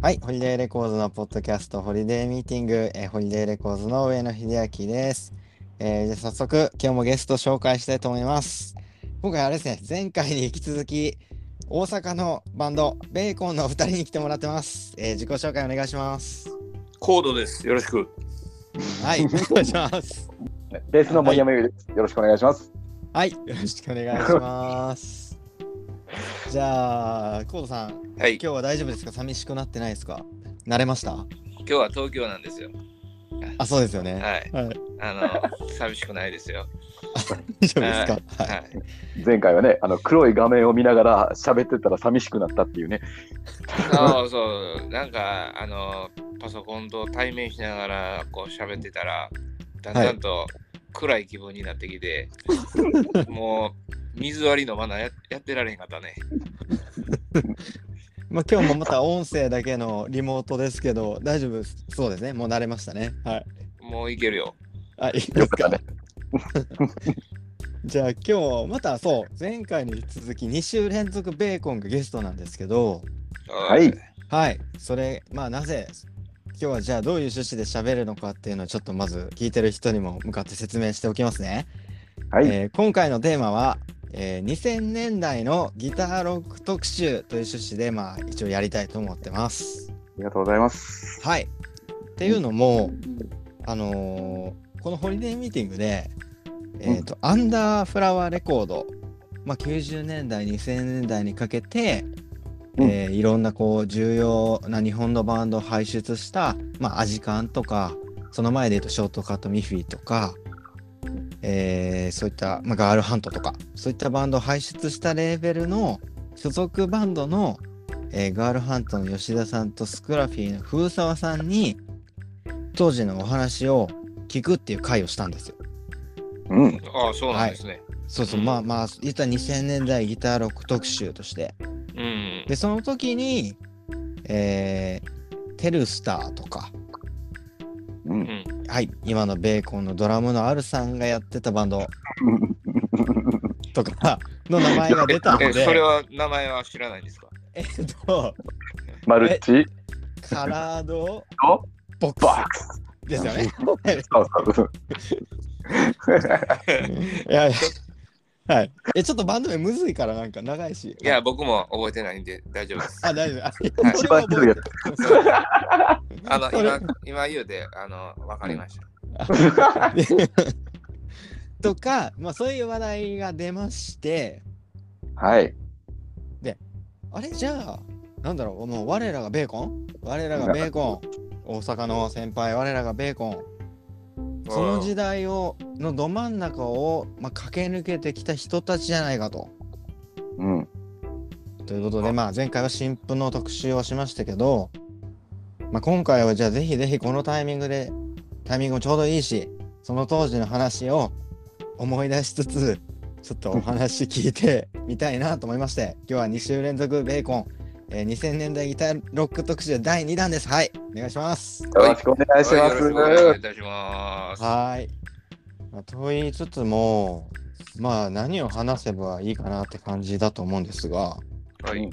はい、ホリデーレコーズのポッドキャスト、ホリデーミーティング、えーホリデーレコーズの上野秀明です。えーじゃあ早速、今日もゲスト紹介したいと思います。今回あれですね、前回に引き続き、大阪のバンド、ベーコンのお二人に来てもらってます。えー自己紹介お願いします。コードです。よろしく。はい、お願いします。ベースの森山優です。よろしくお願いします。はい、よろしくお願いします。じゃあ、コードさん、はい。今日は大丈夫ですか寂しくなってないですか慣れました今日は東京なんですよ。あ、そうですよね。はい。はいあ の、寂しくないですよ。大丈夫ですかはいはい。 前回はね、あの黒い画面を見ながら喋ってたら寂しくなったっていうね。そうそう。なんか、あの、パソコンと対面しながら、こう喋ってたら、だんだんと暗い気分になって きて、もう、水割りのマナーややってられへんかったね。まあ、今日もまた音声だけのリモートですけど、大丈夫ですそうですね。もう慣れましたね。はい。もういけるよ。あ、いい でよすかかったね。じゃあ今日またそう、前回に続き2週連続ベーコンがゲストなんですけど、はい。はい。それ、まあなぜ、今日はじゃあどういう趣旨で喋るのかっていうのをちょっとまず聞いてる人にも向かって説明しておきますね。はい。えー今回のテーマは、えー2000年代のギターロック特集という趣旨で、まあ一応やりたいと思ってます。ありがとうございます。はい。っていうのも、あのーこのホリデーミーティングで、えーとアンダーフラワーレコード、まあ、90年代2000年代にかけて、うんえーいろんなこう重要な日本のバンドを輩出した、まあ、アジカンとかその前で言うとショートカットミフィとか、えーそういった、まあ、ガールハントとかそういったバンドを輩出したレーベルの所属バンドの、えーガールハントの吉田さんとスクラフィーの風沢さんに当時のお話を聞くっていう会をしたんですよ。うん。ああ、そうなんですね。そうそう、まあまあ、言ったら2000年代ギターロック特集として。うん。で、その時に、えー、テルスターとか、う。うんん。はい、今のベーコンのドラムのアルさんがやってたバンドとかの名前が出たので、え、 それは名前は知らないんですかえっと、マルチカラードとボックバックス。スですよね。 そうそう。いやいや、はい。え、ちょっとバンド名むずいから、なんか長いし。いや、僕も覚えてないんで大丈夫です。あ、大丈夫。あは いそれは覚えてる あの、それ今、今言うて、あの、わかりました。 とか、まあ、そういう話題が出ましてはい。あれじゃあなんだろうもう我らがベーコン我らがベーコン大阪の先輩我らがベーコンその時代をのど真ん中を、まあ、駆け抜けてきた人たちじゃないかと。うん。ということで、まあ、前回は新婦の特集をしましたけど、まあ、今回はじゃあぜひぜひこのタイミングでタイミングもちょうどいいしその当時の話を思い出しつつちょっとお話聞い てみたいなと思いまして今日は2週連続ベーコン、えー2000年代ギターロック特集第2弾ですはいお願いしますよろしくお願いしまはす。よろしくお願いいたします。はーい、まあ、と言いつつもまあ何を話せばいいかなって感じだと思うんですがはい。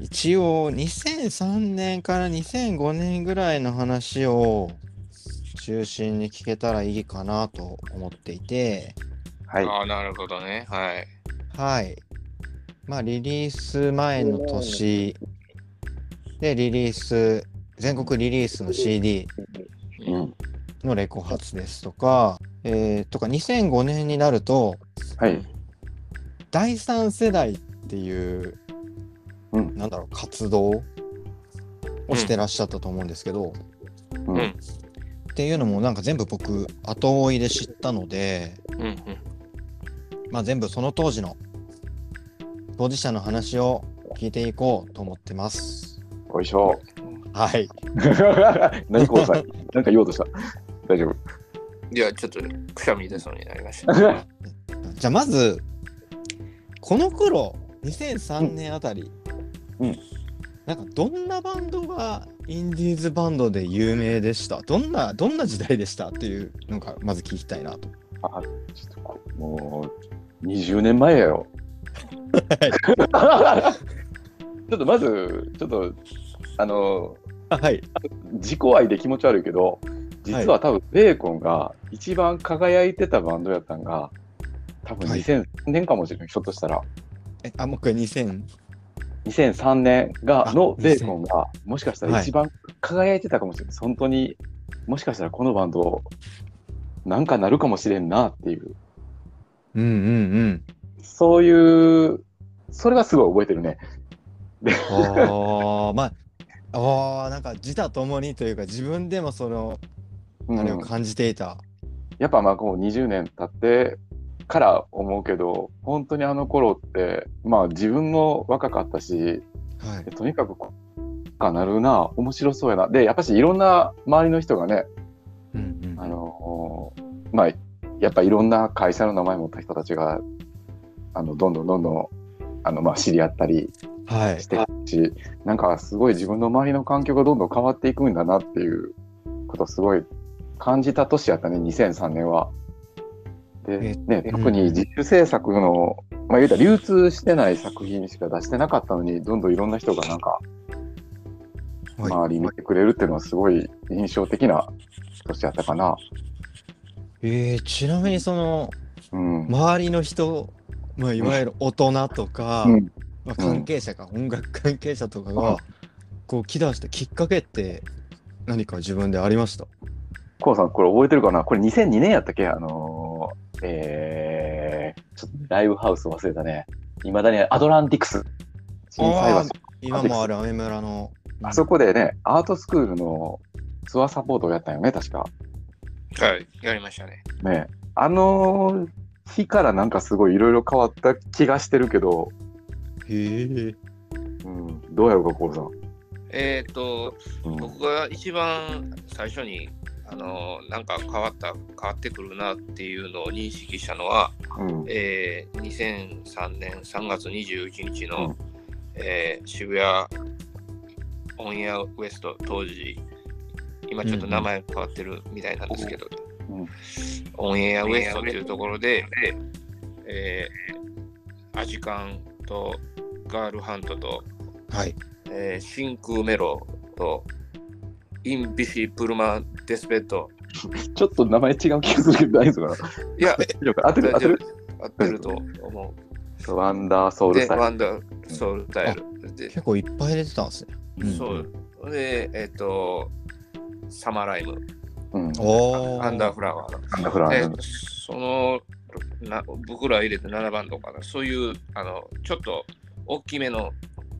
一応2003年から2005年ぐらいの話を中心に聞けたらいいかなと思っていてはい。ああ、なるほどね。はい。はいまあリリース前の年でリリース全国リリースの CD うん。のレコ発ですとか、えーとか2005年になるとはい。第三世代っていう、うんなんだろう活動をしてらっしゃったと思うんですけど、うんっていうのもなんか全部僕後追いで知ったので、うんうん。まあ、全部その当時の当事者の話を聞いていこうと思ってます。おいしょ。はい、 何こうさん。なんか言おうとした。大丈夫。いや、ちょっとくしゃみ出そうになりました。はじゃあまずこの頃2003年あたり、うんうんなんかどんなバンドがインディーズバンドで有名でしたどんなどんな時代でしたっていうのがまず聞きたいなと。ちょっとこもう20年前や よ。ちょっとまずちょっとあのはい。自己愛で気持ち悪いけど実は多分ベーコンが一番輝いてたバンドやったんが多分はい2003年かもしれない、ひょっとしたらえ、あ、もう一回2000。 2003年があの2000ベーコンがもしかしたら一番輝いてたかもしれない、本当にもしかしたらこのバンドなんかなるかもしれんなっていううんうんうん。そういうそれはすごい覚えてるねああ、まあ、ああ、なんか自他ともにというか、自分でもその、うんあれを感じていた。やっぱまあこう20年経ってから思うけど本当にあの頃ってまあ自分も若かったしはい。とにかくこうかなるな面白そうやなでやっぱしいろんな周りの人がねうんうん。あのーまあやっぱいろんな会社の名前持った人たちがあのどんどんどんどんあのまあ知り合ったりはいし。ていくしなんかすごい自分の周りの環境がどんどん変わっていくんだなっていうことをすごい感じた年やったね2003年は。えで、ね、ん特に自主制作の、まあ、言うたら流通してない作品しか出してなかったのにどんどんいろんな人がなんかはい周り見てくれるっていうのはすごい印象的な年やったかな。えー、ちなみにその、うん周りの人、まあ、いわゆる大人とか、うんまあ、関係者か、音楽関係者とかが、うんこう、起動したきっかけって、何か自分でありましたコウさん、これ覚えてるかなこれ2002年やったっけあのー、えー、ちょっとライブハウス忘れたね。いまだにアトランティクス。震災橋。今もあるアメ村の。あそこでね、アートスクールのツアーサポートをやったんよね、確か。はい、やりましたね。ねあの日からなんかすごいいろいろ変わった気がしてるけど、へえ。うん、どうやろうか、コウさん。えっ、と、うん、僕が一番最初に、あのなんか変わった、変わってくるなっていうのを認識したのは、うん、えー2003年3月21日の、うんえー渋谷オンエアウエスト当時今ちょっと名前変わってるみたいなんですけど、うんオンエアウエストっていうところで、えーアジカンとガールハントと、はい。えー真空メロとインビシプルマデスベッドちょっと名前違う気がするけど、大丈夫かないや大丈夫か合ってる合ってる合ってると思うワンダーソウルで、スタイワル。ンダーソウルタイル。で、結構いっぱい出てたんですね。うんそう。で、えっ、と、サマーライム、うん、おーアンダーフラワーの。アンダーフラワーで、その、な僕ら入れて7番とかな、そういう、あの、ちょっと大きめの、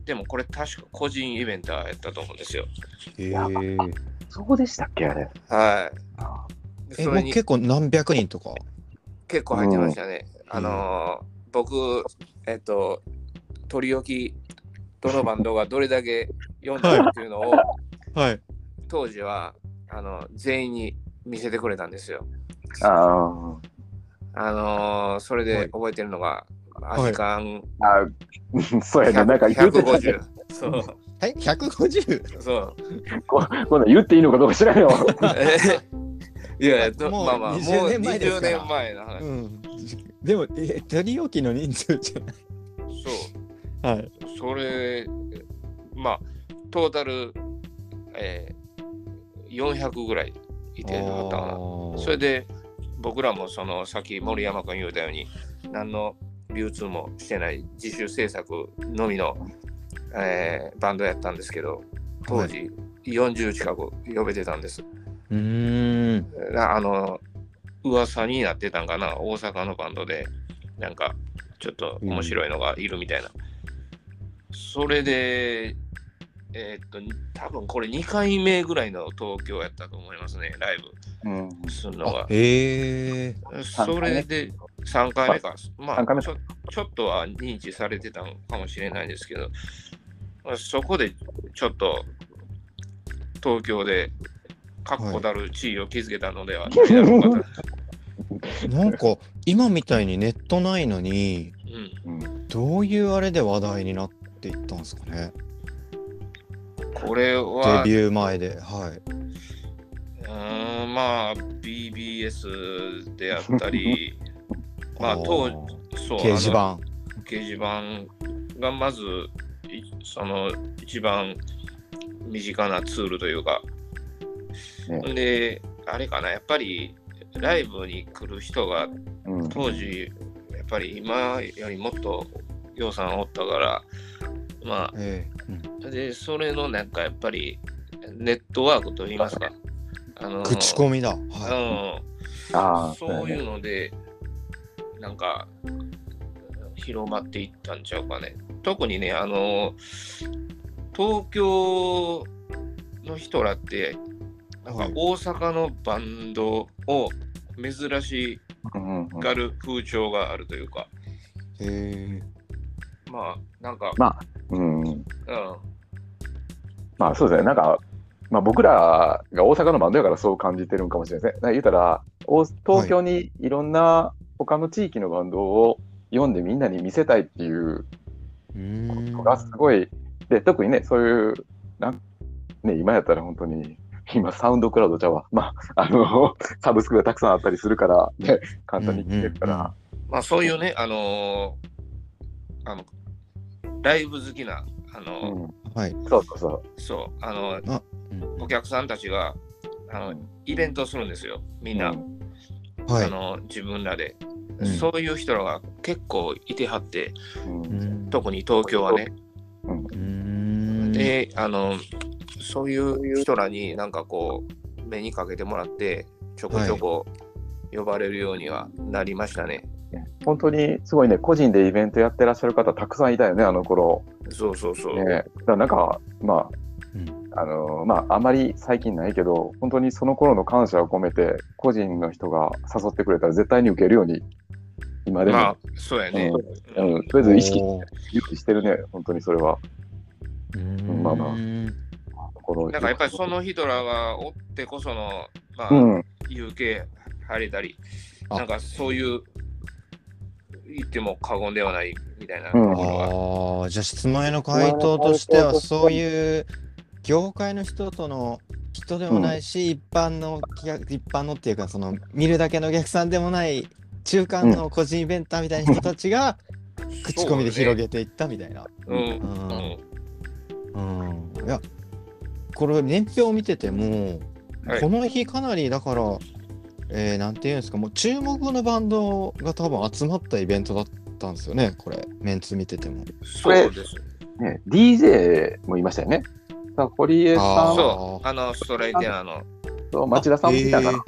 でもこれ確か個人イベントやったと思うんですよ。へやえ。そうでしたっけ、あれ。はい。でえ、そもれうに結構何百人とか。結構入ってましたね。うんあのー僕、えっ、と、取り置き、どのバンドがどれだけ読んだかっていうのを、はい。当時はあの全員に見せてくれたんですよ。ああのーそれはでい覚えてるのが、いアジカンあ、あ あ、そうやね、なんか言ってたね。 150。そう、はい、150? そう。 ここんなん言っていいのかどうか知らんよ。えいや、どもうまあまあ、もう20年前です20から年前の話。うん。でも、え、取り置きの人数じゃない。はい。そう、それ、まあ、トータル、えー、400ぐらいいてはったかな。それで、で僕らもそのさっき森山君言うたように何の流通もしてない自主制作のみの、えーバンドやったんですけど当時40近く呼べてたんです。うーん。なあの噂になってたんかな大阪のバンドでなんかちょっと面白いのがいるみたいな。それでえーっと多分これ2回目ぐらいの東京やったと思いますねライうん、ブするのあが。へえ。それで3回目か、まあ三回目ちょ、ちょっとは認知されてたのかもしれないですけど、まあそこでちょっと東京で確固たる地位を築けたのではないだろうかと、なんか、今みたいにネットないのに、うんどういうあれで話題になっていったんですかね。これデは、ビュー前で。はい。うーんまあ、BBS であったり、まあ、ー当時、そう、掲示あの板。掲示板がまずいその一番身近なツールというか。ねで、あれかな、やっぱりライブに来る人がうん。当時、やっぱり今よりもっと洋さんおったから、まええうんあ、で、それのなんかやっぱりネットワークといいますか、あの口コミだ。うはん、ああ、そうだいようねので、なんか、広まっていったんちゃうかね。特にね、あの、東京の人らって、なんはかい大阪のバンドを珍しうんうんうんがる風潮があるというか、い。へまあ、なんか、まあ、うん。うん、まあそうですね。なんか、まあ僕らが大阪のバンドやからそう感じてるんかもしれないですね。なんか言うたら、大東京にいろんな他の地域のバンドを読んでみんなに見せたいっていうえ。うーのん。がすごい、で、特にね、そういう、なんね、今やったら本当に、今サウンドクラウドちゃうわ。まあ、あの、サブスクがたくさんあったりするから、ね、簡単に聞けるから。まあ、そういうね、あのーあの、ライブ好きな、あうのんはい。そうそうそそう、あのうんお客さんたちが、あうの、ん。イベントするんですよ、みんな。うんはあい。の自分らで、うんそういう人らが結構いてはってうんうん特に東京はね、うーん。であのそういう人らになんかこう目にかけてもらってちょこちょこ呼ばれるようにはなりましたね、本当にすごいね、個人でイベントやってらっしゃる方、たくさんいたよね、あの頃そうそうそう、ね。だからなんか、まうんあ、あのーまあ、あまり最近ないけど、本当にその頃の感謝を込めて、個人の人が誘ってくれたら絶対に受けるように、今でも、まあそうやね、うんうんとりあえず意識意識してるね、本当にそれは。うーまあまあうん心なんかやっぱりそ、の人らがおってこその、まあうん、 UK 入れたりあなんかそういう言っても過言ではないみたいなとうこんろが、ああ、じゃあ質問への回答としては、そういう業界の人との人でもないし、一般のきや一般のっていうか、その見るだけのお客さんでもない中間の個人イベンターみたいな人たち が口コミで広げていったみたいな。そうね、ううんうんんうんいやこれ年表を見てても、はいこの日かなりだから、えーなんていうんですかもう注目のバンドが多分集まったイベントだったんですよねこれメンツ見てても。そうです。ね、DJ もいましたよね。さあ堀江あーさそう、あの、ストライティアーのんと町田さんもいたかな。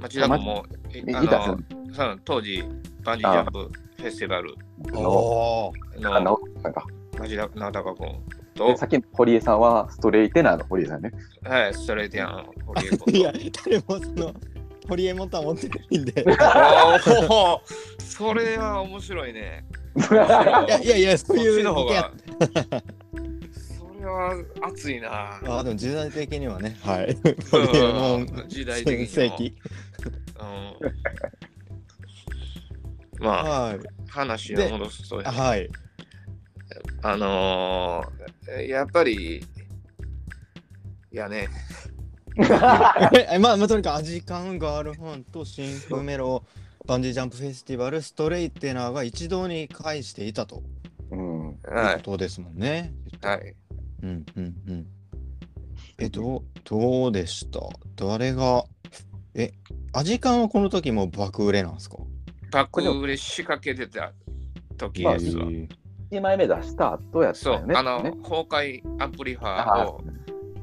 町田君も、えいあいたっの、そう当時、バンジージャンプフェスティバルえー、のああの直なんか町田直隆君でとさ、っき堀江さんはストレイテナーの堀江 さんね。はい、ストライティアーの堀江ーい君やと。誰もその堀江モンタン持ってないん でおーそれは面白いね。いやいやいやそうそっいうちの方いやが。それは熱 いな。あーでも時代的には ねはいうん堀江モン時代的に全も盛期 うんまあ、 は話を戻すとい、はい、あのー、やっぱり、いやね、えまあまあとにかくアジカンガールファンと新風メロバンジージャンプフェスティバルストレイテナーが一堂に会していたとうん。いうはことですもんね。い、はい。うんうんうん。えどうどうでした誰がえアジカンはこの時も爆売れなんですか爆売れ仕掛けてた時まあですわ。えー1枚目出した後やったそよう、ね。あの、ね崩壊アプリファあーあを、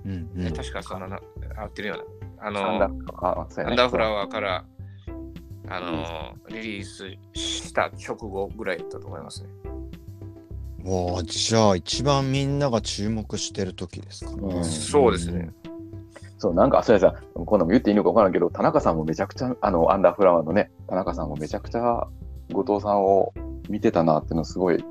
うんうえん、確かそのな、合ってるような、あサンダの、ーあそうアやンねダーフラワーから、あの、リリースした直後ぐらいだったと思いますね。わあじゃあ一番みんなが注目してる時ですかね。うんそうですね。そう、なんか、そうやさ、こんなも言っていいのか分からんけど、田中さんもめちゃくちゃ、あの、アンダーフラワーのね、田中さんもめちゃくちゃ、後藤さんを見てたなっていうのすごい、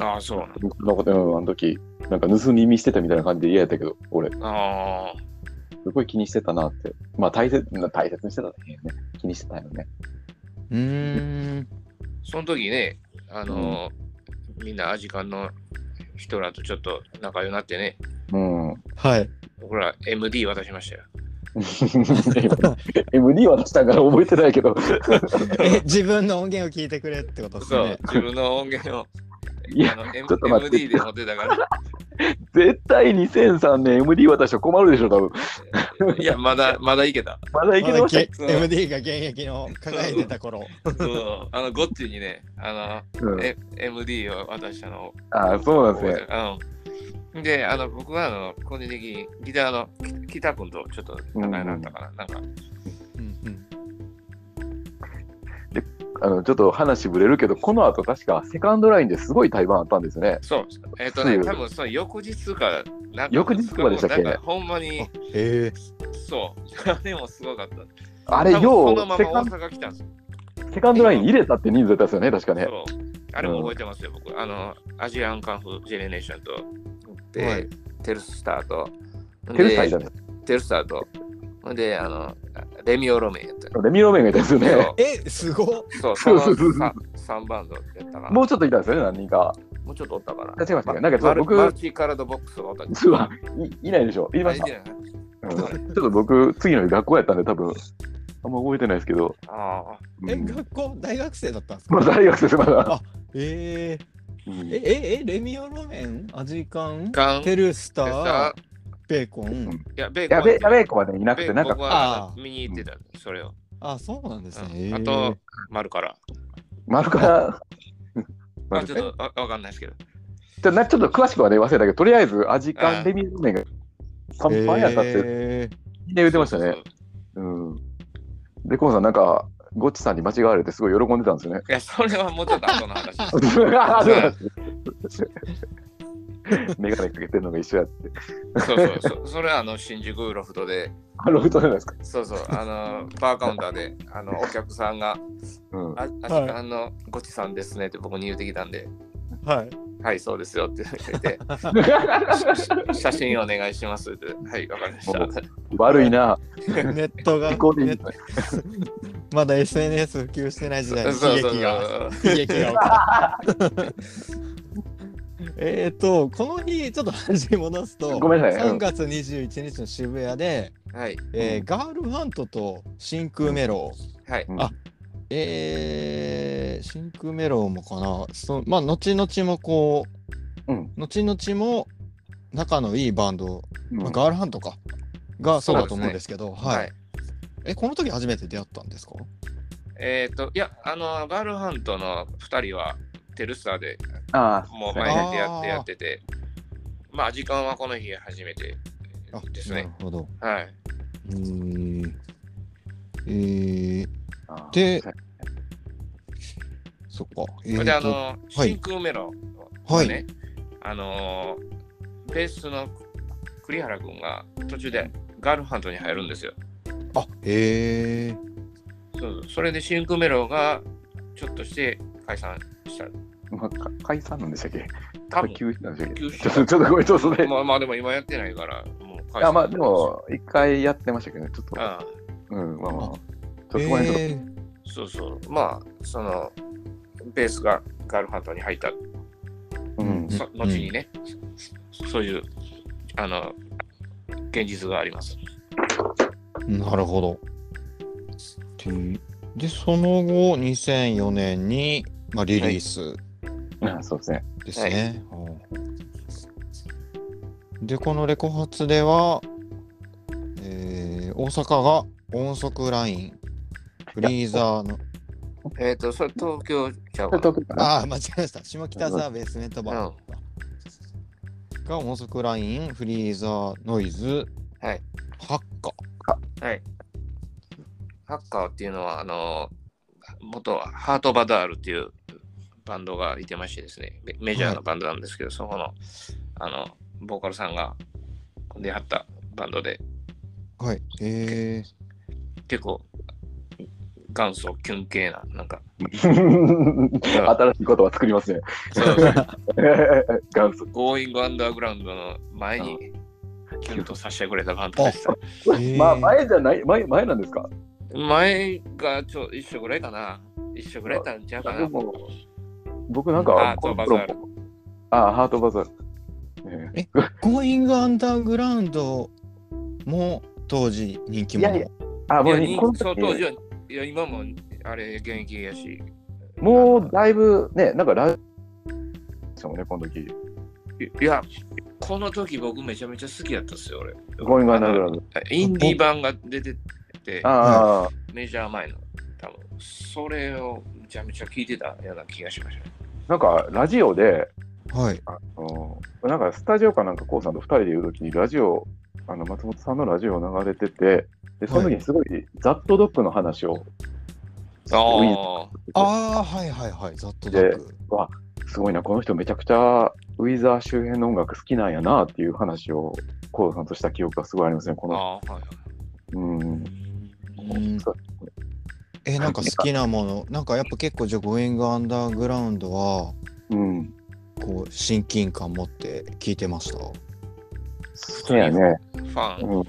ああ、そうな僕のこと、うん、あの時、なんか盗み見してたみたいな感じで嫌やったけど、俺、すの。ああ、ごい気にしてたなって。まあ、大切、大切にしてたら変やね。気にしてたよね。うーん。その時ね、あの、みんなアジカンの人らとちょっと仲良くなってね、うん。 はい。僕ら MD 渡しましたよ。 MD 渡したんから覚えてないけど、え自分の音源を聞いてくれってことですそようね、。自分の音源を。いやあの、M、ちょっと待って MD で持ってたから。絶対2003年 MD 渡したら困るでしょ、多分。 いや、まだ、まだいけた。まだいけてましたっけうん MD が現役の輝いてた頃。そうあの、ゴッチにね、あうの、んえ MD を渡したのをあーそうなんです覚ね。えてるうん。で、あの、僕は、あの、個人的にギターのき北君とちょっと仲良くなったから、なんか、うんうんあのちょっと話ぶれるけど、この後確かセカンドラインですごい対バンあったんですよね。そう、えっ、とね、うん多分その翌日か、なんか、翌日とかでしたっけなんかほんまにあ、へえ。そう、でもすごかった。あれ、多分よそうのまセま大カン阪来たんですよ。セカンドライン入れたって人数だったんですよね、確かね。そうあれも覚えてますよ、僕。あの、アジアンカンフージェネレーションと、で、はいテルスターと、テルサイじゃでないですテルスターと、ほんで、あの、レミオロメンやった。か。レミロメンがいたんですよね。え、すごっ。そう、そそうう、そうそう 3, 三バンドやったかな。もうちょっといたんですよね、何人か。もうちょっとおったから。違いましたねなんかちょっとマル僕マルチカラードボックスがおった。 実はいいないでしょ。いまあしいたて。ないうんちょっと僕、次の日学校やったんで、多分あんま覚えてないですけど。あうんえ、学校、大学生だったんですまあか大学生です、まだ。えーうんえ、え、え、レミオロメン、アジカンあ、、ガン、テテルルスタスター、、ーベーコン。いや、ベーコンやべ、やべえ子はね、いなくベて、ーなんコンか、はあー見に行ってた、それを。あ、そうなんですうね。んあへとー、丸から。丸から、まああちょっとあわかんないですけど。ちょなちょっと詳しくはね、忘れたけど、とりあえず、アジカうンんレミロメンが3番やったって、へーみんな言ってましたね。そうそうそううん。で、コウさん、なんか、ゴッチさんに間違われて、すごい喜んでたんです よね。いや、それはもうちょっと後の話。メガネかけてるのが一緒やって。そうそうそう。それはあの新宿ロフトで、あロフトじゃないですか。そうそう、あのバーカウンターで、あのお客さんが、うん。あ、あはいあのごちさんですねって僕に言ってきたんで、はい。はい、そうですよって言って、し写真お願いしますって、はい、わかりました。悪いな。ネットが、 リコーディンネグットまだ SNS 普及してない時代にそう悲そうそう劇が、悲劇が起きた。 えっと、この日、ちょっと話戻すと、ごめんなさいうん3月21日の渋谷で、はい、えーガールハントと真空メロウ、はい、うんあえー真空メロウもかな、そまあ、後々もこう、うん後々も仲のいいバンド、うんまあガールハントか、がそうだと思うんそうでですけど、はい、はいえ、この時初めて出会ったんですかえっ、と、いや、あの、ガールハントの2人はテルスターであもうそうや前ねに出会っあてーやってて、まあ、時間はこの日初めてあですなねる。ほど。はい。えーえー、あーでそっか。えそーとれで、あの、はい真空メロははいね、あのー、ベースの栗原君が途中でガールハントに入るんですよ。あ、へえそうそれで真空メロがちょっとして解散した。まあ、か解散なんでしたっけ多分休止なんでしたっけ休ちょっ止と、ちょっとごめん、ちょっとね。まあまあでも今やってないから、もう解あまあ、でも、一回やってましたけどね、ちょっと。ああうん、まあまああ。ちょっとごめん、ちょっと。えそうそう。まあ、その、ベースがガールハントに入った、うんそうん後にね、そういう、あの、現実があります。ーなるほど。で、でその後、2004年に、まあ、リリースうんそうですね。ですね。うんで、このレコ発では、えー、大阪が音速ライン、フリーザーの、えっ、と、それ東京ちゃうかちょっなとかな。ああー、間違えました。下北沢ベースメントバーが音速ライン、フリーザー、ノイズ、はい、ハッカはい。ハッカーっていうのは、あの、元はハートバダールっていうバンドがいてましてですね、メメジャーのバンドなんですけど、そこの、あの、ボーカルさんが出会ったバンドで、ー。はい。えー、結構、元祖キュン系な、なんか、新しい言葉作りますね。 元祖。ゴーイングアンダーグラウンドの前に、キュンとさせてくれたバンドでした。えーまあ、前じゃない、前、前なんですか前がちょ一緒ぐらいかな。一緒ぐらいだったんちゃうかでな。も、僕なんハかー、こトのバザー頃ルもあハートバザール。ねゴーイングアンダーグラウンドも当時人気い者。やいや、あ、いもやう、人このその当時時は、いや、今もあれ、現役やし。もうだいぶね、なんかラジオでしたもんね、この時。いいや、この時僕めちゃめちゃ好きだったっすよ、俺。ゴーイングアンダーグラウンド。インディー版が出てて、ああ、メジャー前の、多分それをめちゃめちゃ聞いてたような気がしました。なんかラジオで、はい。あのなんかスタジオかなんか、こうさんと2人でいるときに、ラジオ、あの松本さんのラジオ流れてて、でその時にすごい、ザットドッグの話を、あああ、はいはいはい。ざっとだく。すごいな、この人、めちゃくちゃウィザー周辺の音楽好きなんやなっていう話を、こうさんとした記憶がすごいありますね、こあ、の。ああ、はいはい。うんうんそうえ、なんか好きなもの、なんかやっぱ結構じゃあゴーイングアンダーグラウンドは、うん、こう、親近感持って聞いてました。そうやね、ファン、うん、フ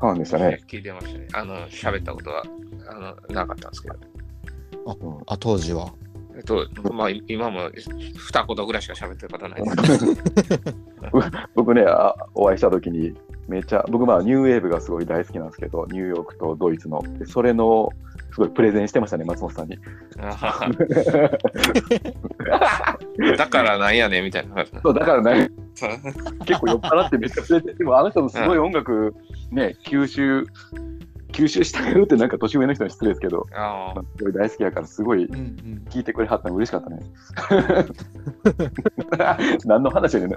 ァンでしたね。聞いてましたね。あの、喋ったことはあのなかったんですけど。うんあ、当時は。えっと、まあ、今も二言ぐらいしか喋ってることない です。僕ねあ、お会いした時に、めちゃ、僕、まあ、ニューウェーブがすごい大好きなんですけど、ニューヨークとドイツの、でそれの、すごいプレゼンしてましたね、松本さんに。だからなんやねんみたいな。そうだからね、結構酔っ払ってめっちゃプレゼン、でもあの人のすごい音楽、ね、吸収、吸収したよって、なんか年上の人に失礼ですけど、あまあすごい大好きやから、すごいうんうん。聞いてくれはったの嬉しかったね。 何の話やねんな。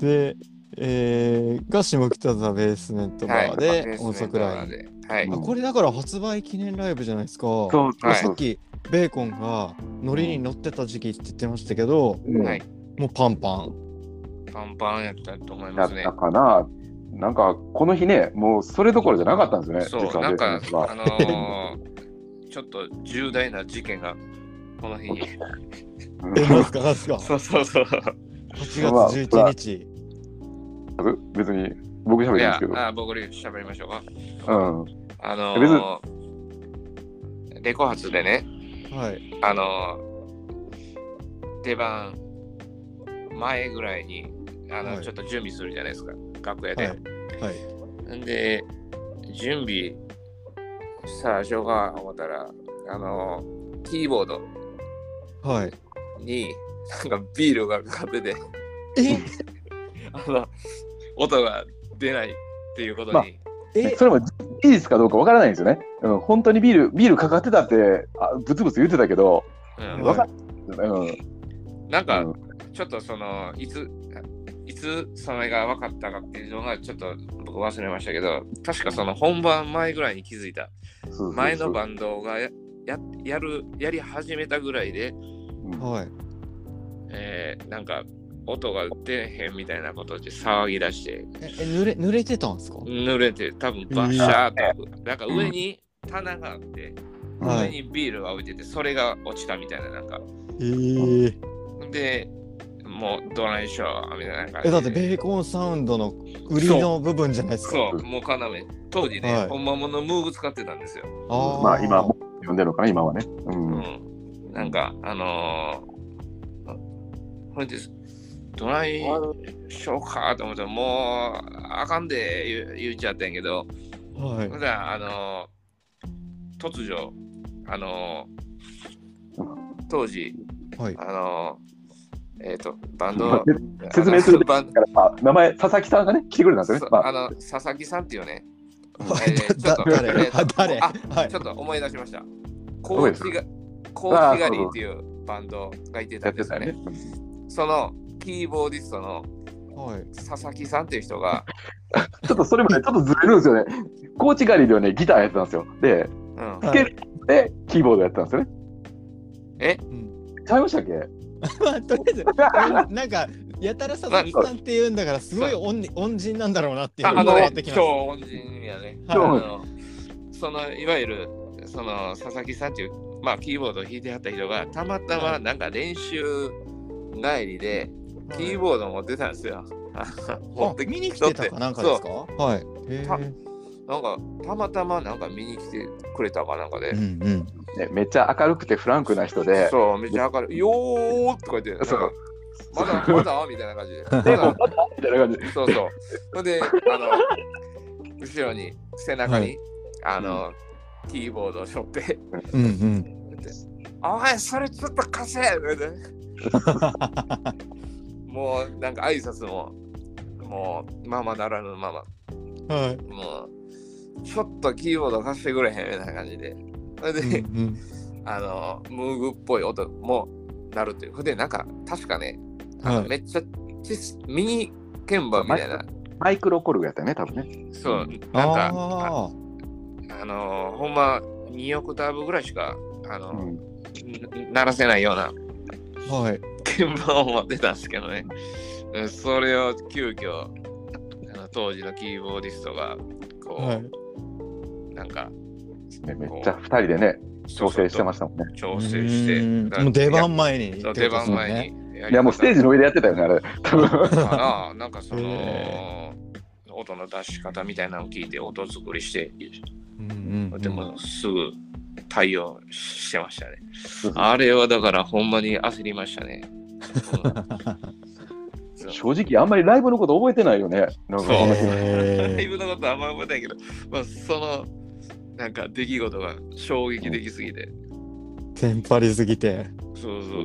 で、えー、が下北沢ベースメントあバーで、大桜井。で。はい。あこれだから発売記念ライブじゃないですか。そうはいさっきベーコンがノリに乗ってた時期って言ってましたけど、うんはいもうパンパ ン。パンパンやったと思いだまっすねた。かな、なんかこの日ね、もうそれどころじゃなかったんですよね、そう、実はなんか、レースの日あのー、 ちょっと重大な事件が、この 日に。え、はなんすか、なんすか。そうそうそう。 8月11日。うん別に僕い喋るんでやすけど、、あ僕に喋りましょうか。うん、あのー、レコ発でね、はい。あのー、出番前ぐらいに、あの、はいちょっと準備するじゃないですか、楽は屋いで。。はい。んで、準備さあしようか思ったら、あのー、キーボードはい。に、なんかビールがかかってて、え、 あの、音が出ないっていうことに、え、それも事実かどうかわからないんですよね、うん、本当にビールビールかかってたってあブツブツ言ってたけど、うんわかはうんなんうかん、ちょっとそのいついつそれが分かったかっていうのがちょっと僕忘れましたけど確かその本番前ぐらいに気づいたそうそうそう前のバンドがやややるやり始めたぐらいで、うんはい。えーなんか音が出へんみたいなことで騒ぎ出してえ、え濡れ、濡れてたんですか。濡れて多分バシャーと、なんか上に棚があって、は上い。にビールが置いててそれが落ちたみたいななんかえー、でもうどないしょうみたいな感じでえ、だってベーコンサウンドの売りの部分じゃないですか。そう、もう要。当時ね、はい本物のムーグ使ってたんですよ。あーまあ今も呼んでるのかな今はね、うんうん。なんか、あのー、あほいで、どないしようかと思ったら、もう、あかんで言う言っちゃったんやけど、はい ほ。んだらあのー、突如、あのー、当時、はい。あのー、えっ、と、バンまあド、せ説明するべきバンだから、まあ、名前佐々木さんがね来てくれたんですよね、まああ、の、佐々木さんっていうね、ーだ、だ、誰。えーあ、誰。あはちょっい。と思い出しました。うコでーすチが、コーチガリーっていうバンドがいてやたっんてですたよよねね。そのキーボーディストのはい。佐々木さんっていう人が、ちょっとそれもねちょっとずれるんですよねコーチ狩りではねギターやってたんですよでうん、はいけるでキーボードやってたんですよねうんちゃいましたっけまあ、とりあえず。 なんかやたらさざきさんって言うんだからすごい恩恩人なんだろうな っていうああののがねやってき、ました超恩人やね。はいあのそのいわゆるその佐々木さんっていう、まあ、キーボードを弾いてはった人が、たまたまなんか練習帰りで、キーボード持ってたんですよ。持あって見きに来とってたかなんかですかはい。へたーなんかたまたまなんか見に来てくれたかなんかでう、んうん。ね、めっちゃ明るくてフランクな人で、そう、めっちゃ明るい。よーってこうやって、なんそうかまだまだみたいな感じで。でもまだまたみたいな感じで、そうそう。ほんで、あの、後ろに、背中に、あの、キーボードを背負って、うんうん。お前それちょっと貸せもうなんか挨拶も、もうままならぬまま、はい。もうちょっとキーボード貸してくれへんみたいな感じで。それで、うんあの、ムーグっぽい音もなるという。で、なんか確かね、うんあのはいめっちゃちっミニ鍵盤みたいな。マイクロコルグやったよね、多分ね。そう、なんか、あああのほんま2オクターブぐらいしか、あのうん、ん鳴らせないようなあ。はい。鍵盤を持ってたんですけどね。うんそれを急遽あの当時のキーボーディストがこう、はい。なんかねめっちゃ2人でね、調整してましたもんね。調整してうんだからもう出番前にいやそう出番前に。にいや、もうステージの上でやってたよね、あれ。多分か ななんかその、へ音の出し方みたいなのを聞いて音作りしてうんうんうんでもすぐ対応してましたね。あれはだからほんまに焦りましたね。 うん正直、あんまりライブのこと覚えてないよね。なんかそうあの日へライーブのことあんま覚えてないけど、まあ、そのなんか出来事が衝撃的すぎて、テンパりすぎて。そうそう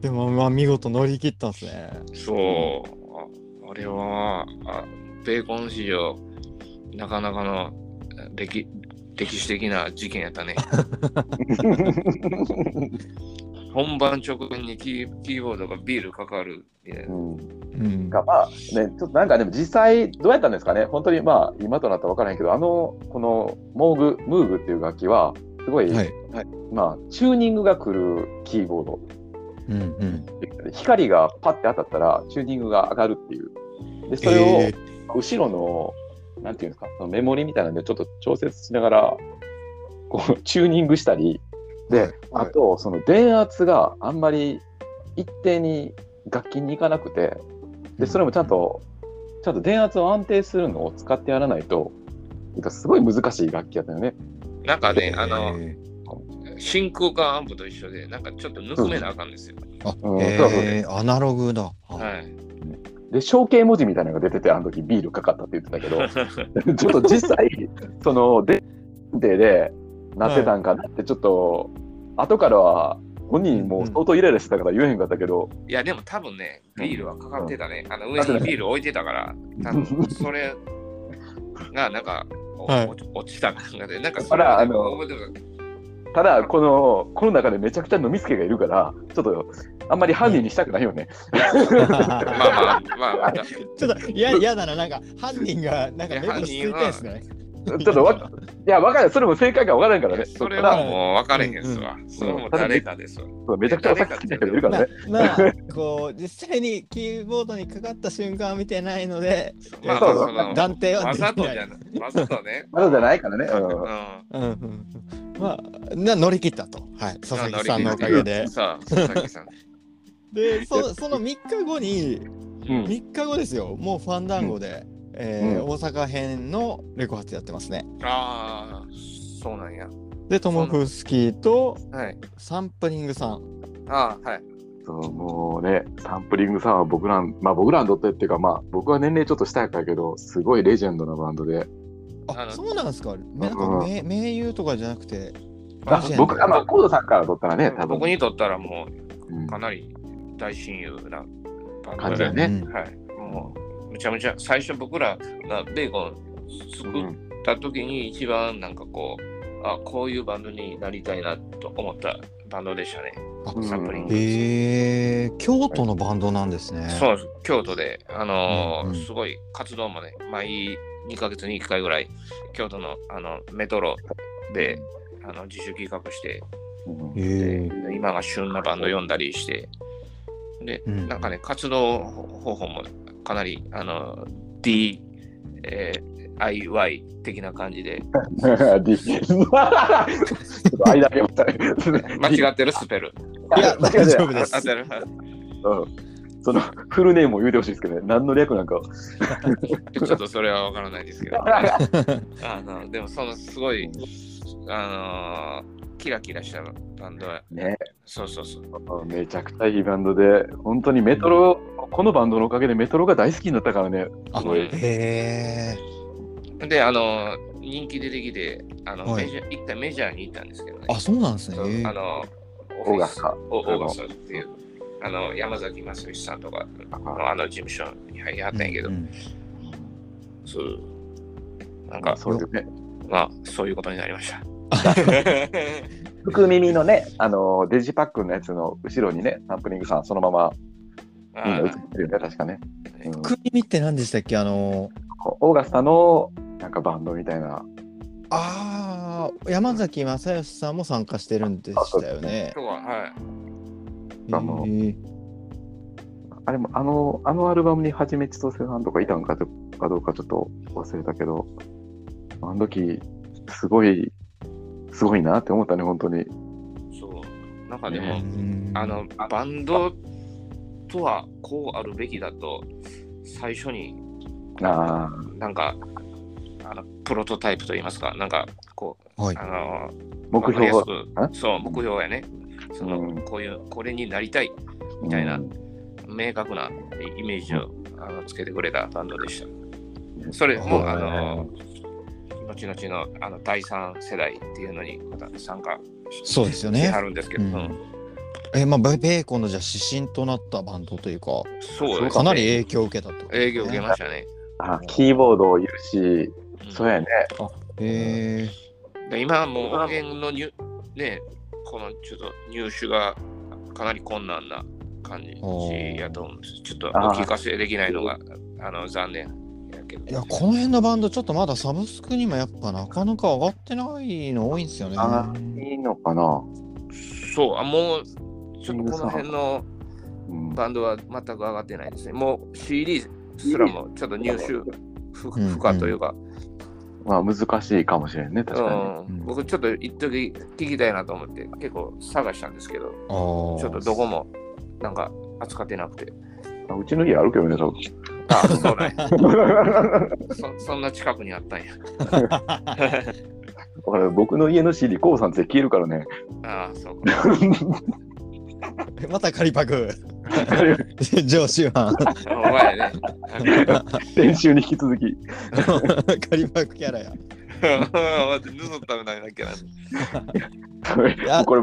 でもまあ見事乗り切ったんですね。そう、そうああれはあベーコン史上なかなかの歴歴史的な事件や ったね。本番直前にキーキーボードがビールかかるみたいな。 うんうん。がまあね、ちょっとなんかでも実際どうやったんですかね本当にまあ今となったら分からへんけどあのこのモーグムーグっていう楽器はすごい、はい。まあチューニングが来るキーボードうんうん。光がパッて当たったらチューニングが上がるっていう。でそれをえ後ろの、なんていうんですか、そのメモリみたいなんでちょっと調節しながら、こう、チューニングしたり、で、はいはいあと、その電圧があんまり一定に楽器に行かなくて、で、それもちゃんと、ちゃんと電圧を安定するのを使ってやらないと、なんかすごい難しい楽器やったよね。なんかね、ーあの、え真空管アンプと一緒で、なんかちょっとぬくめなあかんですよ。ーあうんそうそうえーアナログだ。 はい。で、象形文字みたいなのが出てて、あの時ビールかかったって言ってたけど、 ちょっと実際、その、で、で、で、なってたんかなって、ちょっと、後からは、本人も相当イライラしてたから言えへんかったけど、いや、でも多分ね、ビールはかかってたね。あの上かかってにたビール置いてたから、多分それがなんか、おはい落ち落ちたなんかで、なんかあらあの覚えてるただ、この、この中でめちゃくちゃ飲みつけがいるから、ちょっと、あんまり犯人にしたくないよね。ま あまあまあ、まあ、ちょっといや嫌だな、なんか犯人がなんか目星ついてんすね。ちょっとわ、いや、わかる。それも正解かわからんからね。それたはだもう分かれへんっすわ。それはもう誰かですわ。そうめちゃくちゃお酒好きな人いるかまらあね。、まあ、こう実際にキーボードにかかった瞬間は見てないので、まあ、そうその、断定はでわきざとなじゃい。ない。わざとね。まだじゃないからね。うん。ううんうんうんまあな乗り切ったと、はい、佐々木さんのおかげで。さあ、佐々木さん。でそその3日後に ん。うん。 3日後ですよもうファンダンゴで、えーうん大阪編のレコ発やってますねああ、そうなんや。でトム・フスキーとはい。サンプリングさんああ、はい。そう、もうね、サンプリングさんは僕らん、まあ僕らにとってっていうか、まあ僕は年齢ちょっと下やからけど、すごいレジェンドなバンドで。ああのそうなんですかめなんうかん名名優とかじゃなくてまレジェンド僕あ、まあ、コードさんから取ったらね、多分僕にとったらもうんうかなり大親友なバンドで感じだよね。うんはい。もうむちゃむちゃ最初僕らがベーコンう作っんた時に一番なんかこう、あこういうバンドになりたいなと思ったバンドでしたね。うんサンプリング。へえ京都のバンドなんですねそうです京都で、あのーうんうんすごい活動もね、毎2ヶ月に1回ぐらい、京都のあのメトロであの自主企画して、うんへえで今が旬なバンド読んだりして、で、うんなんかね、活動方法もかなり、あの、D、えー IY 的な感じで、 D ちょっと間開けましたね。間違ってるスペル。いや 大丈夫ですあ当たる うんそのフルネームを言うてほしいですけどね、何の略なんか。ちょっとそれはわからないですけど。 あのでもそのすごい、あのーキラキラしたバンドは、ね、そうそうそう。めちゃくちゃいいバンドで、本当にメトロ、このバンド のおかげでメトロが大好きになったからね、あすごいへえで、あのー人気出てきて、あの、はいメジャー、一回メジャーに行ったんですけどね。あ、そうなんですね。そうえーあの、オーガスタオーガスタっていう、あの、山崎正義さんとかのあの事務所に入りはったんやけど、うんうんそう。なんまあか、そうですね。まあ、そういうことになりま した。福耳のね、あのデジパックのやつの後ろにね、サンプリングさん、そのままみんな映ってるよね、確かね。うん福耳って何でしたっけあのこうオーガスタのなんかバンドみたいな。あー山崎正義さんも参加してるんでしたよね。今日は、はい。えあのーあれも、あの、あのアルバムにはじめちとせさんとかいたんかとかどうかちょっと忘れたけど、あの時、すごい、すごいなって思ったね、本当に。そう。なんかでうも、うんあの、バンドとはこうあるべきだと、最初に、ああ、なんか、あのプロトタイプといいますか、なんか、こう、はいあの、目標わはかりやあすくそう、目標やね。その、うんこういう、これになりたい、みたいなうん明確なイメージをあのつけてくれたバンドでした。それも、はいあの、後々のあの第三世代っていうのにまた参加しそうですよてねは。るんですけど、うんうんえまあ、ベベーコンのじゃあ指針となったバンドというか、そうですかなり影響を受けたってこと営業受けましたね。あキーボードを言うし、うんそうやね。えで今はもう音源の入ねこのちょっと入手がかなり困難な感じやと思うんです。ちょっとお聞かせできないのがあの残念やけど。ー、いやこの辺のバンドちょっとまだサブスクにもやっぱなかなか上がってないの多いんですよね。あーいいのかな。そうあもうちょっとこの辺のうんバンドは全く上がってないですね。もう CD すらもちょっと入手不うん不可というか、まあ難しいかもしれんね、確かうに。んうん僕ちょっと一時聞きたいなと思って結構探したんですけど、あーちょっとどこもなんか扱ってなく て。あうち の家あるけどね、多あ、そうなんや分。そそんな近くにあったんや。 だから僕の家の CD、コウさんって消えるからね。ああ、そうか。 また仮パク 常習犯お前ね。先週に引き続き。 仮パクキャラや。待って、盗ったみたいなきゃな。やこれ、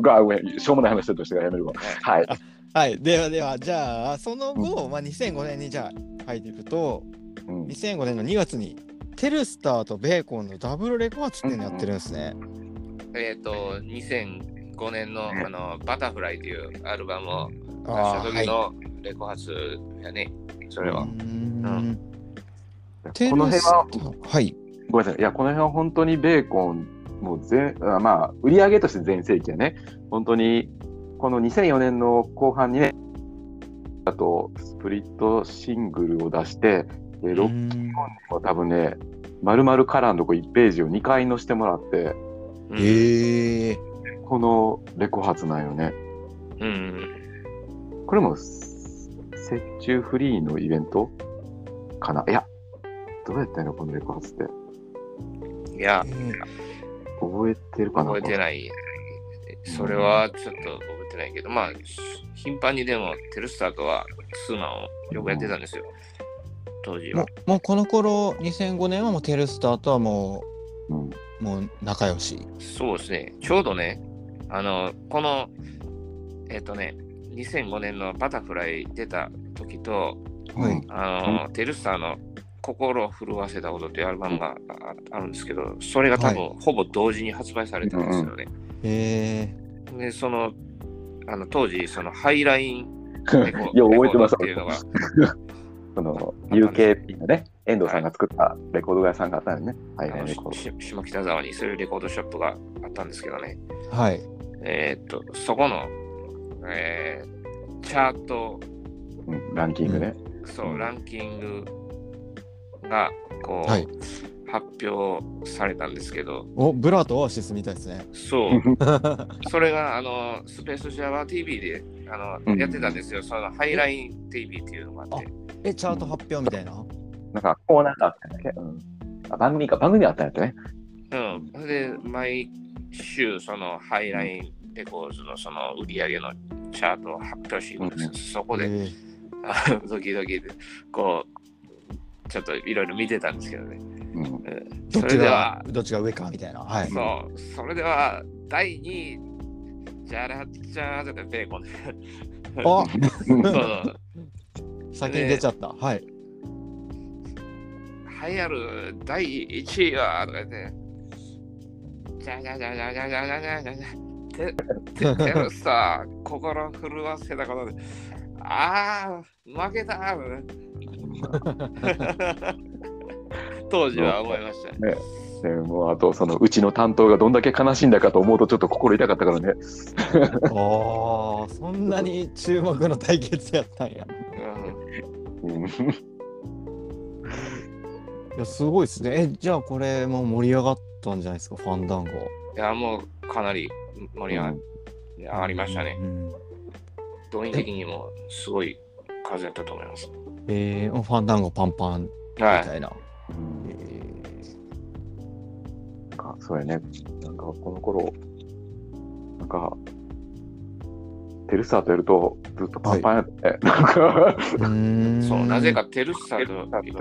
がごめん、しょうもない話だとしてからやめるわ。はい。はい、ではでは、じゃあ、その後、まあ、2005年にじゃあ入っていくと、うん2005年の2月に、テルスターとベーコンのダブルレコーツっていうのやってるんですね。えっと、2005年のあのバタフライというアルバムを出あしたー時のレコ発やね、それうは。ーうんテルスターこの辺は、はい。ごめんなさい。いや、この辺は本当にベーコン、もう全、あまあ、売り上げとして全盛期やね。本当に、この2004年の後半にね、あと、スプリットシングルを出して、でうー6ん本多分ね、丸々カラーのとこ1ページを2回載せてもらって、うんええこのレコ発なんよね。うん。これも、す雪中フリーのイベントかないや、どうやったのこのレコ発って。いや、覚えてるかな覚えてない。それはちょっと覚えてないけど、まあ、頻繁にでもテルスターとはツーマンをよくやってたんですよ。当時もは。うもうこの頃、2005年はもうテルスターとはもうんう、もう仲良し。そうですね、ちょうどね、あの、この、えっ、とね、2005年のバタフライ出た時と、はいあの、テルスターの心を震わせたことというアルバムがああるんですけど、それが多分、ほぼ同時に発売されたんですよね。ええで、その、あの当時、そのハイラインレコ よう覚えてまレコードっすていうのが、そのあったんです UKP のね、遠藤さんが作ったレコード屋さんがあったんよね。はい、あはい、のレコーし下北沢にそういうレコードショップがあったんですけどね、はい。えっと、そこの、えーチャートド、うんランキングね。そうう、んランキングがこう、はい発表されたんですけど、お、ブラとオアシスみたいですね。 そう、それがあのスペースシャワー TV であの、うんやってたんですよ、そのハイライン TV っていうのがあって、え、チャート発表みたいな。なんかコーナーがあったんだっけ、うんあ番組か、番組あったんやったね。うん、それで毎週、そのハイラインレコーズのその売り上げのチャートを発表していくんですよ、うそこで、えあの時々でこう、ちょっといろいろ見てたんですけどえね。うんどっそちれでがはどっちが上かみたいな。はい。そう、それでは第2位、じゃらじゃらじゃらベーコンです。 あそううん先に出ちゃった。はい。流行る第1位は、とか言って、じゃじゃじゃじゃじゃじゃじゃじゃじゃじゃ、て、てるさ、心震わせたことで、ああ、負けた当時は思いました。でもうあとそのうちの担当がどんだけ悲しんだかと思うとちょっと心痛かったからねおー、そんなに注目の対決やったんや。うんうんいや、すごいですね。え、じゃあこれもう盛り上がったんじゃないですか、ファンダンゴ。いや、もうかなり盛り上が上がりましたね。うん動員的にもすごい数やったと思います。えー、ファンダンゴパンパンみはい。たいな。うんえーなんかそうやねなんかこの頃なんかテルサーとやるとずっとパンパンやって、なんかうーんそう、なぜ。かテルスさんと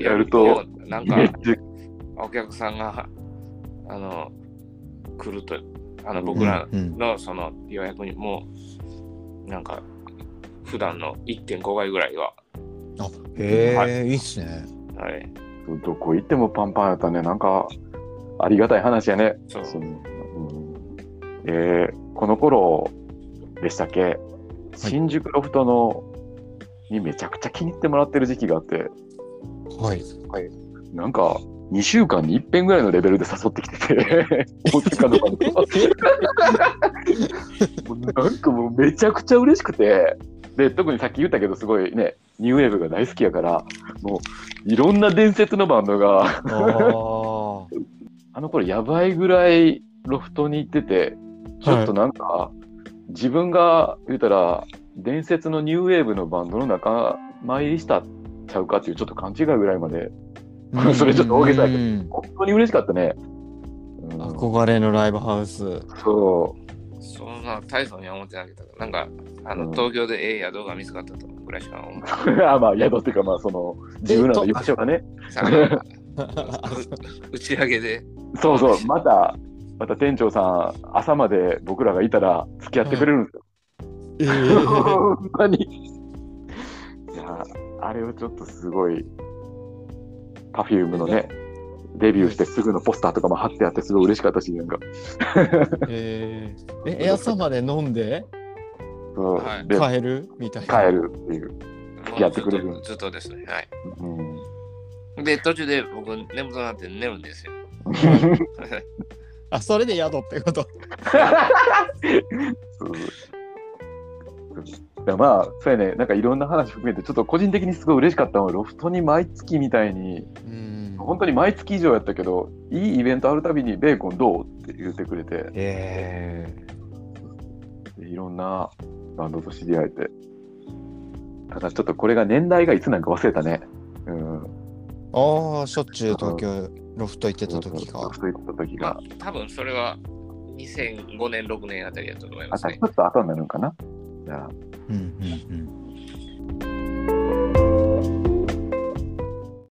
やると、なんめっかちゃお客さんが、あの、来ると、あの、僕らうんのその予約にもう、なんか、普段の1.5倍ぐらいは、あ、へえ、はいい、いっすね。はい。 どこ行ってもパンパンやったねなんかありがたい話やねそう。そのうんえーこの頃でしたっけ新宿ロフトのにめちゃくちゃ気に入ってもらってる時期があってはい。なんか2週間に一遍ぐらいのレベルで誘ってきてて 大阪のバンドもうなんかもうめちゃくちゃ嬉しくてで特にさっき言ったけどすごいねニューウェーブが大好きやからもういろんな伝説のバンドがああ。あの頃やばいぐらいロフトに行ってて、ちょっとなんか、自分が言うたら、伝説のニューウェーブのバンドの仲間入りしたちゃうかっていうちょっと勘違いぐらいまで、 それちょっと大げさやけどうん本当に嬉しかったね。うん憧れのライブハウス。そそんな大層には思ってなかったけど、なんか、あうの、ん東京でええ宿が見つかったとかぐらいしか思う。う。 あまあ、宿っていうか、まあ、その、自由な居場所がね。 さあ打ち上げで、そうそう、また、また店長さん、朝まで僕らがいたら付き合ってくれるんですよええ ほんまに。いや、あれをちょっとすごい、パフュームのね、デビューしてすぐのポスターとかも貼ってあって、すごい嬉しかったし、なんか、 えええ、朝まで飲んでそうはいで、帰るみたいな。帰るっていう。もやうっずってくれるとずっとですね。はい。うん、で、途中で僕、眠くなって寝るんですよ。あ、それで宿ってこと。そういやまあ、そうやね、なんかいろんな話含めて、ちょっと個人的にすごい嬉しかったのは、ロフトに毎月みたいに、うん本当に毎月以上やったけど、いいイベントあるたびに、ベーコンどうって言ってくれて、ええでいろんなバンドと知り合えて。ただちょっとこれが年代がいつなんか忘れたね。うん。ああ、しょっちゅう東京ロフト行ってた時か。そういった時まあが。、多分それは2005年、6年あたりだったと思いまあすたちね。ょっと後になるんかな。じゃあうんうんうん。